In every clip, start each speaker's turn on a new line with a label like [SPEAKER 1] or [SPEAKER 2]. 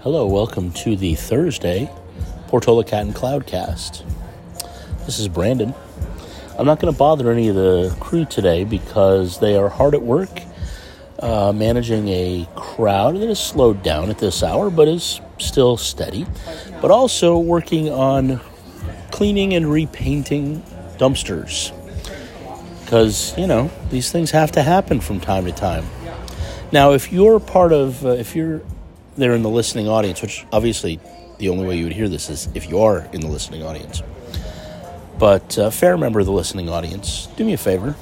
[SPEAKER 1] Hello, welcome to the Thursday Portola Cat and Cloudcast. This is Brandon. I'm not going to bother any of the crew today because they are hard at work uh, managing a crowd that is slowed down at this hour but is still steady, but also working on cleaning and repainting dumpsters because, you know, these things have to happen from time to time. Now, if you're part of, uh, if you're there in the listening audience, which obviously the only way you would hear this is if you are in the listening audience, but a fair member of the listening audience, do me a favor.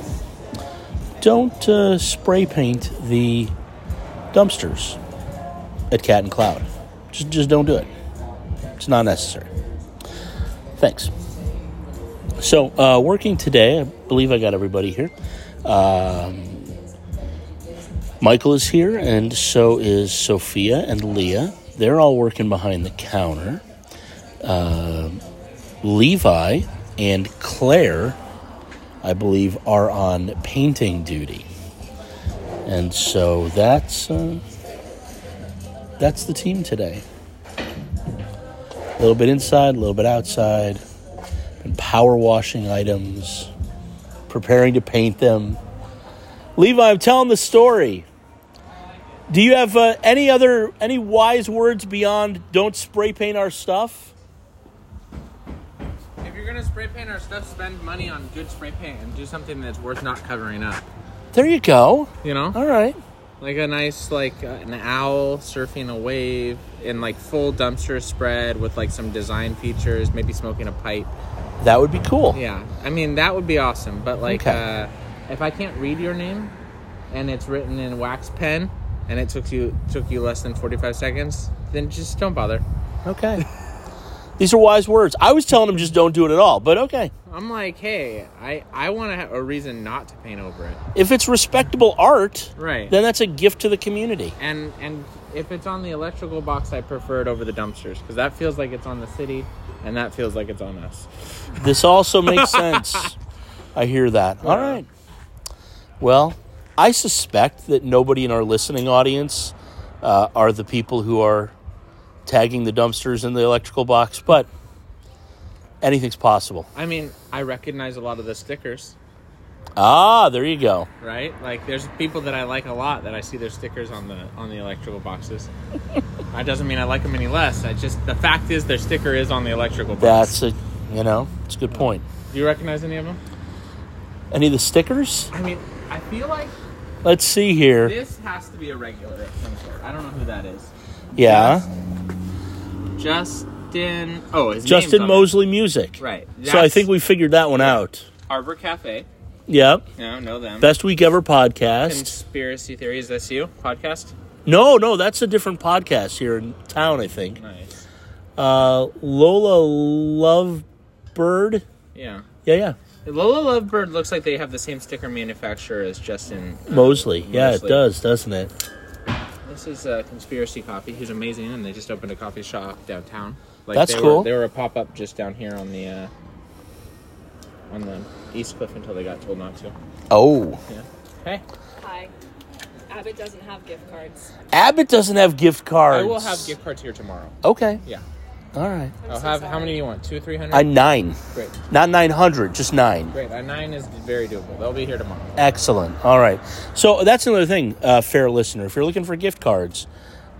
[SPEAKER 1] Don't uh, spray paint the dumpsters at Cat and Cloud. Just, just don't do it. It's not necessary. Thanks. So, uh, working today, I believe I got everybody here. Michael is here, and so is Sophia and Leah. They're all working behind the counter. Uh, Levi and Claire, I believe, are on painting duty, and so that's uh, that's the team today. A little bit inside, a little bit outside. Been power washing items, preparing to paint them. Levi, I'm telling the story. Do you have uh, any other any wise words beyond don't spray paint our stuff?
[SPEAKER 2] If you're gonna spray paint our stuff, spend money on good spray paint and do something that's worth not covering up.
[SPEAKER 1] There you go.
[SPEAKER 2] You know,
[SPEAKER 1] All right.
[SPEAKER 2] like a nice like uh, an owl surfing a wave and like full dumpster spread with like some design features, maybe smoking a pipe.
[SPEAKER 1] That would be cool.
[SPEAKER 2] Yeah, I mean that would be awesome. But like,
[SPEAKER 1] Okay.
[SPEAKER 2] uh, if I can't read your name and it's written in wax pen and it took you took you less than 45 seconds, then just don't bother.
[SPEAKER 1] Okay. These are wise words. I was telling him just don't do it at all, but okay.
[SPEAKER 2] I'm like, hey, I I want to have a reason not to paint over it.
[SPEAKER 1] If it's respectable art,
[SPEAKER 2] Right.
[SPEAKER 1] then that's a gift to the community.
[SPEAKER 2] and and if it's on the electrical box i prefer it over the dumpsters because that feels like it's on the city and that feels like it's on us
[SPEAKER 1] This also makes sense. I hear that. All
[SPEAKER 2] Yeah.
[SPEAKER 1] right. Well, I suspect that nobody in our listening audience uh, are the people who are tagging the dumpsters in the electrical box, but anything's possible.
[SPEAKER 2] i mean i recognize a lot of the stickers
[SPEAKER 1] Ah, there you go.
[SPEAKER 2] right like there's people that i like a lot that i see their stickers on the on the electrical boxes that doesn't mean i like them any less i just the fact is their sticker is on the electrical box
[SPEAKER 1] That's a, you know, it's a good point.
[SPEAKER 2] do you recognize any of them
[SPEAKER 1] Any of the stickers?
[SPEAKER 2] i mean i feel like
[SPEAKER 1] Let's see here.
[SPEAKER 2] this has to be a regular of some sort i don't know who that is
[SPEAKER 1] Yeah.
[SPEAKER 2] justin oh his name's
[SPEAKER 1] Justin
[SPEAKER 2] on
[SPEAKER 1] Mosley Music.
[SPEAKER 2] it. right
[SPEAKER 1] So I
[SPEAKER 2] that's
[SPEAKER 1] think we figured that one out.
[SPEAKER 2] arbor cafe
[SPEAKER 1] Yeah.
[SPEAKER 2] No, know them.
[SPEAKER 1] Best Week Ever podcast.
[SPEAKER 2] Conspiracy Theories That's You podcast.
[SPEAKER 1] No, no, that's a different podcast here in town, I think.
[SPEAKER 2] Nice.
[SPEAKER 1] Uh, Lola Lovebird.
[SPEAKER 2] Yeah.
[SPEAKER 1] Yeah, yeah.
[SPEAKER 2] Lola Lovebird looks like they have the same sticker manufacturer as Justin. uh,
[SPEAKER 1] Mosley. Yeah, it
[SPEAKER 2] Mosley.
[SPEAKER 1] does, doesn't it?
[SPEAKER 2] This is uh, Conspiracy Coffee, who's amazing, and they just opened a coffee shop downtown. Like
[SPEAKER 1] That's
[SPEAKER 2] they
[SPEAKER 1] cool.
[SPEAKER 2] Were, they were a pop up just down here on the uh, on the East Cliff until they got told not to.
[SPEAKER 1] Oh.
[SPEAKER 2] Yeah. Hey,
[SPEAKER 3] Hi. Abbott doesn't have gift cards.
[SPEAKER 1] Abbott doesn't have gift cards.
[SPEAKER 2] I will have gift cards here tomorrow.
[SPEAKER 1] Okay.
[SPEAKER 2] Yeah.
[SPEAKER 1] All right.
[SPEAKER 3] I'm
[SPEAKER 2] I'll
[SPEAKER 3] so
[SPEAKER 2] Oh, have how
[SPEAKER 3] sorry.
[SPEAKER 2] many do you want? Two, three hundred.
[SPEAKER 1] A nine.
[SPEAKER 2] Great.
[SPEAKER 1] Not 900, just nine.
[SPEAKER 2] Great. A nine is very doable. They'll be here tomorrow.
[SPEAKER 1] Excellent. All right. So that's another thing, uh, fair listener. If you're looking for gift cards,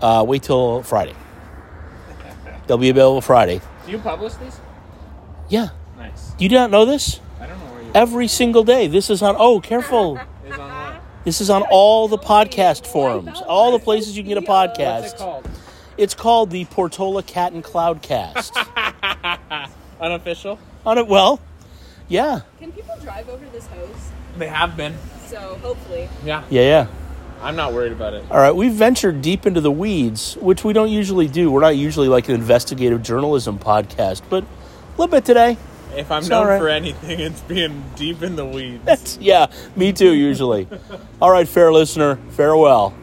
[SPEAKER 1] uh, wait till Friday. They'll be available Friday.
[SPEAKER 2] Do you publish these?
[SPEAKER 1] Yeah.
[SPEAKER 2] Nice.
[SPEAKER 1] You did not know this?
[SPEAKER 2] I don't know where you.
[SPEAKER 1] Every single day. This is on. Oh, careful.
[SPEAKER 2] Is on what?
[SPEAKER 1] This is on all the podcast forums, all the places you can get a
[SPEAKER 2] What's it
[SPEAKER 1] podcast.
[SPEAKER 2] called?
[SPEAKER 1] It's called the Portola Cat and Cloudcast.
[SPEAKER 2] Unofficial.
[SPEAKER 1] on it, well, yeah,
[SPEAKER 3] Can people drive over this hose?
[SPEAKER 2] They have been.
[SPEAKER 3] So hopefully.
[SPEAKER 2] Yeah.
[SPEAKER 1] yeah, yeah.
[SPEAKER 2] I'm not worried about it.
[SPEAKER 1] All right, we've ventured deep into the weeds, which we don't usually do. We're not usually like an investigative journalism podcast, but a little bit today.
[SPEAKER 2] If I'm
[SPEAKER 1] It's
[SPEAKER 2] known
[SPEAKER 1] all right.
[SPEAKER 2] for anything, it's being deep in the weeds.
[SPEAKER 1] That's yeah, me too. Usually. All right, fair listener, farewell.